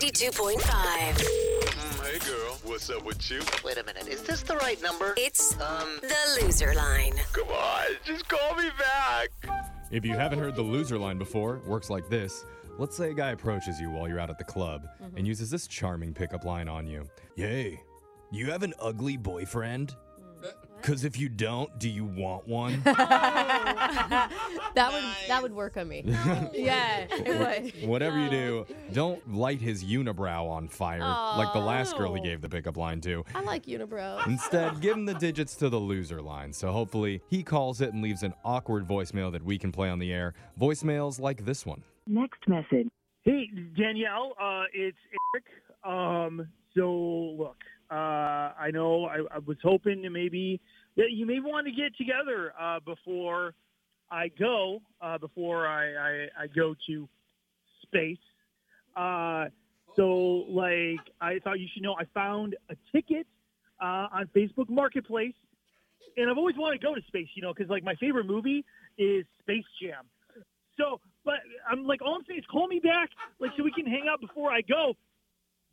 92.5. Mm, hey girl, what's up with you? Wait a minute, is this the right number? It's Um, the loser line. Come on, just call me back. If you haven't heard the loser line before, it works like this. Let's say a guy approaches you while you're out at the club and uses this charming pickup line on you. Yay, you have an ugly boyfriend? Because if you don't, do you want one? That would that would work on me. yeah, it would. Whatever you do, don't light his unibrow on fire like the last girl he gave the pickup line to. I like Unibrow. Instead, give him the digits to the loser line. So hopefully he calls it and leaves an awkward voicemail that we can play on the air. Voicemails like this one. Next message. Hey, Danielle, uh, it's Eric. Um, so, look, uh, I know I, I was hoping to maybe, that you may want to get together uh, before I go, uh, before I, I, I go to space. Uh, so, like, I thought you should know I found a ticket uh, on Facebook Marketplace, and I've always wanted to go to space, you know, because, like, my favorite movie is Space Jam. So, but I'm like, all I'm saying is call me back, like, so we can hang out before I go.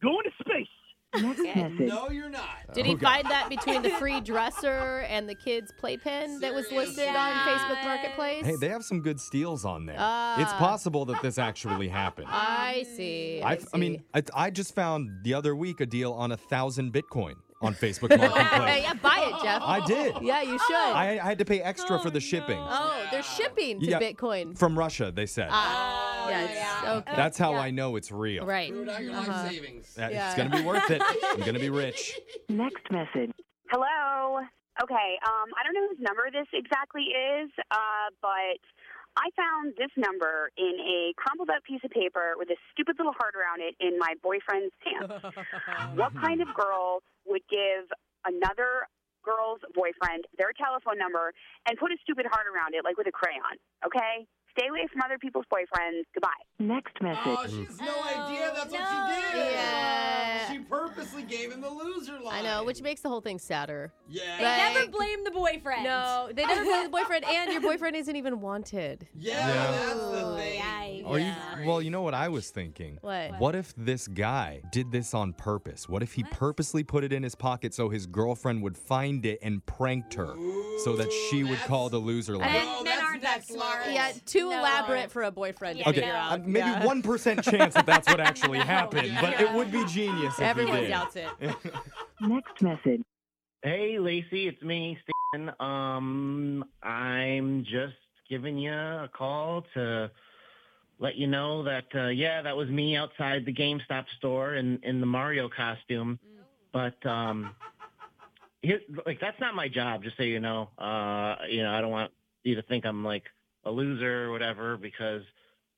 Go into space. Next message. No, you're not. Did he Okay. find that between the free dresser and the kids' playpen that was listed on Facebook Marketplace? Hey, they have some good steals on there. Ah. it's possible that this actually happened. I see. I, I, I mean, I, I just found the other week a deal on a thousand Bitcoin on Facebook Marketplace. yeah, buy it, Jeff. I did. yeah, you should. I, I had to pay extra for the shipping oh, they're shipping to Yeah. Bitcoin. from Russia. They said. Ah, yeah, it's okay. That's how I know it's real. right. Uh-huh. Threw out your life savings. That- Yeah. It's gonna be worth it. I'm gonna be rich. Next message. Hello. Okay. Um, I don't know whose number this exactly is, uh, but I found this number in a crumpled up piece of paper with a stupid little heart around it in my boyfriend's pants. what kind of girl would give another girl's boyfriend their telephone number and put a stupid heart around it, like with a crayon? Okay. Stay away from other people's boyfriends. Goodbye. Next message. Mm-hmm. Oh, she has no idea that's what she did. Yeah. She purposely gave him the loser line. I know, which makes the whole thing sadder. Yeah. Right. Never blame the boyfriend. No, they never play the boyfriend, and your boyfriend isn't even wanted. Yeah, Yeah. that's the thing. Yikes. Are you? Well, you know what I was thinking. What? What if this guy did this on purpose? What if he purposely put it in his pocket so his girlfriend would find it and pranked her so that she would call the loser line? And- Oh, Men that's aren't that next smart. level. Yeah, too No. elaborate for a boyfriend to Yeah, Okay, figure no. out. uh, maybe Yeah. one chance that that's what actually happened, but it would be genius. If he Everyone did. doubts it. Next message. Hey, Lacey, it's me, Stan. Um, I'm just giving you a call to let you know that, uh, yeah, that was me outside the GameStop store in, in the Mario costume. But, um, here, like, that's not my job, just so you know. Uh, you know, I don't want you to think I'm, like, a loser or whatever because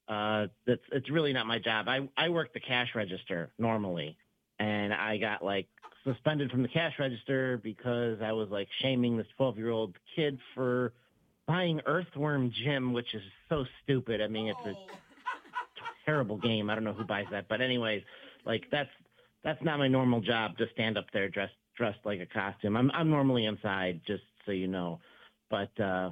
uh, that's, it's really not my job. I, I work the cash register normally, and I got, like, suspended from the cash register because I was like shaming this 12 year old kid for buying Earthworm Jim, which is so stupid. I mean, it's a terrible game. I don't know who buys that, but anyways, like that's that's not my normal job to stand up there dressed dressed like a costume. I'm I'm normally inside, just so you know. But uh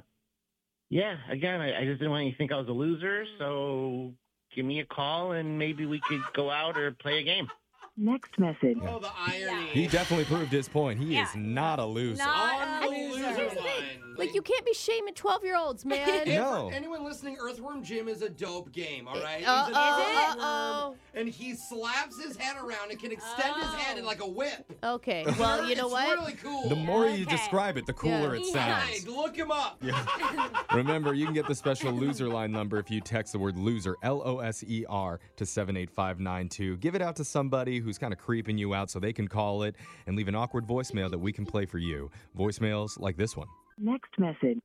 yeah, again, I, I just didn't want you to think I was a loser, so give me a call and maybe we could go out or play a game. Next message. Oh, the irony. He definitely proved his point. He Yeah. is not a loser. On Not the a loser Here's loser. the thing, line. Like you can't be shaming twelve-year-olds, man. Hey, Yeah. Uh No. for Anyone listening, Earthworm Jim is a dope game, all right? He's oh, an uh earthworm, oh. and he slaps his head around and can extend his hand in like a whip. Okay. Oh. Well, you know it's what? really cool. The more you Okay. describe it, the cooler it Hey, sounds. look him up. Remember, you can get the special loser line number if you text the word loser, L O S E R, to 78592. Give it out to somebody who's kind of creeping you out so they can call it and leave an awkward voicemail that we can play for you. Voicemails like this one. Next message.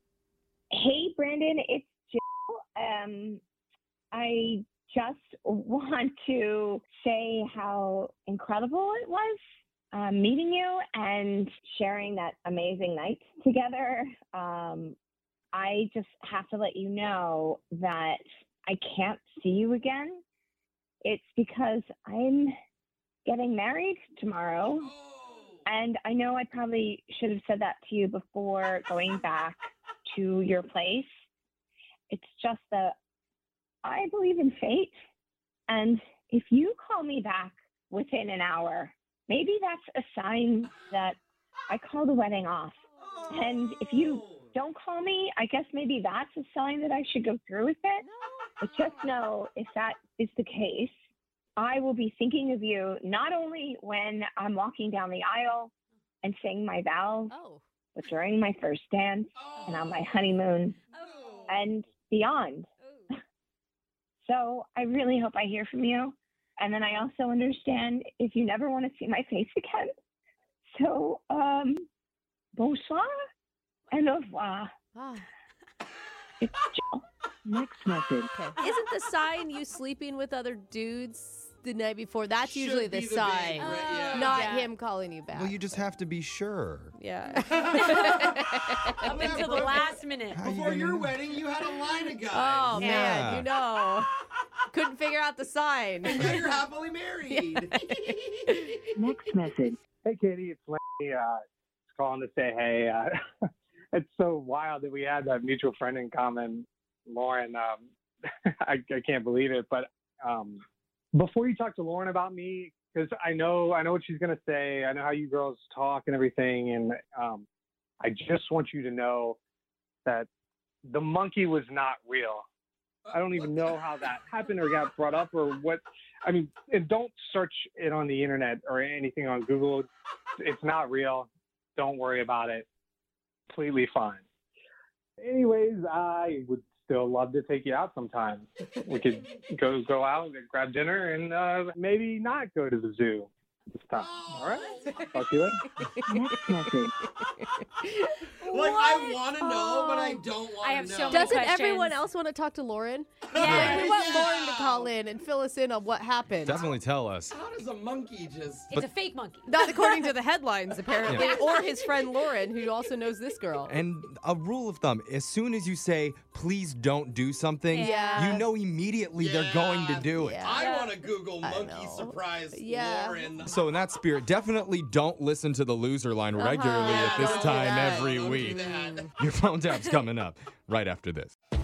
Hey, Brandon, it's Jill. Um, I just want to say how incredible it was uh, meeting you and sharing that amazing night together. Um, I just have to let you know that I can't see you again. It's because I'm getting married tomorrow. Oh. And I know I probably should have said that to you before going back to your place. It's just that I believe in fate, and if you call me back within an hour, maybe that's a sign that I call the wedding off. And if you don't call me, I guess maybe that's a sign that I should go through with it. But just know if that is the case, I will be thinking of you not only when I'm walking down the aisle and saying my vows, Oh. but during my first dance and on my honeymoon Oh. and beyond. Oh. So I really hope I hear from you. And then I also understand if you never want to see my face again. So, um, bonsoir and au revoir. Ah, It's Jill. Next message. okay. Isn't the sign you sleeping with other dudes the night before? That's Should usually the, be the big sign, Oh. red, yeah. not Yeah. him calling you back. Well, you just have to be sure. yeah. Up until the last minute. How you Before gonna your know? wedding, you had a line of Oh guys. man, Yeah. you know, couldn't figure out the sign. And now you're happily married. Next message. Hey, Katie, it's Lenny. Uh, just calling to say hey. Uh, it's so wild that we had that mutual friend in common, Lauren. Um, I, I can't believe it. But um, before you talk to Lauren about me, because I know I know what she's gonna say. I know how you girls talk and everything, and um, I just want you to know that the monkey was not real. I don't even know how that happened or got brought up or what. I mean, and don't search it on the internet or anything on Google. It's not real. Don't worry about it. Completely fine. Anyways, I would still love to take you out sometime. We could go go out and grab dinner and uh, maybe not go to the zoo this time. All right. Talk to you later. Next message. Like I want to know, but Oh. I don't want I have to so know. many Doesn't questions. everyone else want to talk to Lauren? Yeah. Like, we want Lauren to call in and fill us in on what happened. Definitely tell us. How does a monkey just? It's a fake monkey. Not according to the headlines, apparently, or his friend Lauren, who also knows this girl. And a rule of thumb as soon as you say, please don't do something, Yeah. you know immediately they're going to Yeah. do it. Yeah. I want to Google I monkey know. surprise Yeah. Lauren. So, in that spirit, definitely don't listen to the loser line regularly Yeah, at this Uh-huh. don't do time that. every Don't do week. that. Your phone tap's coming up right after this.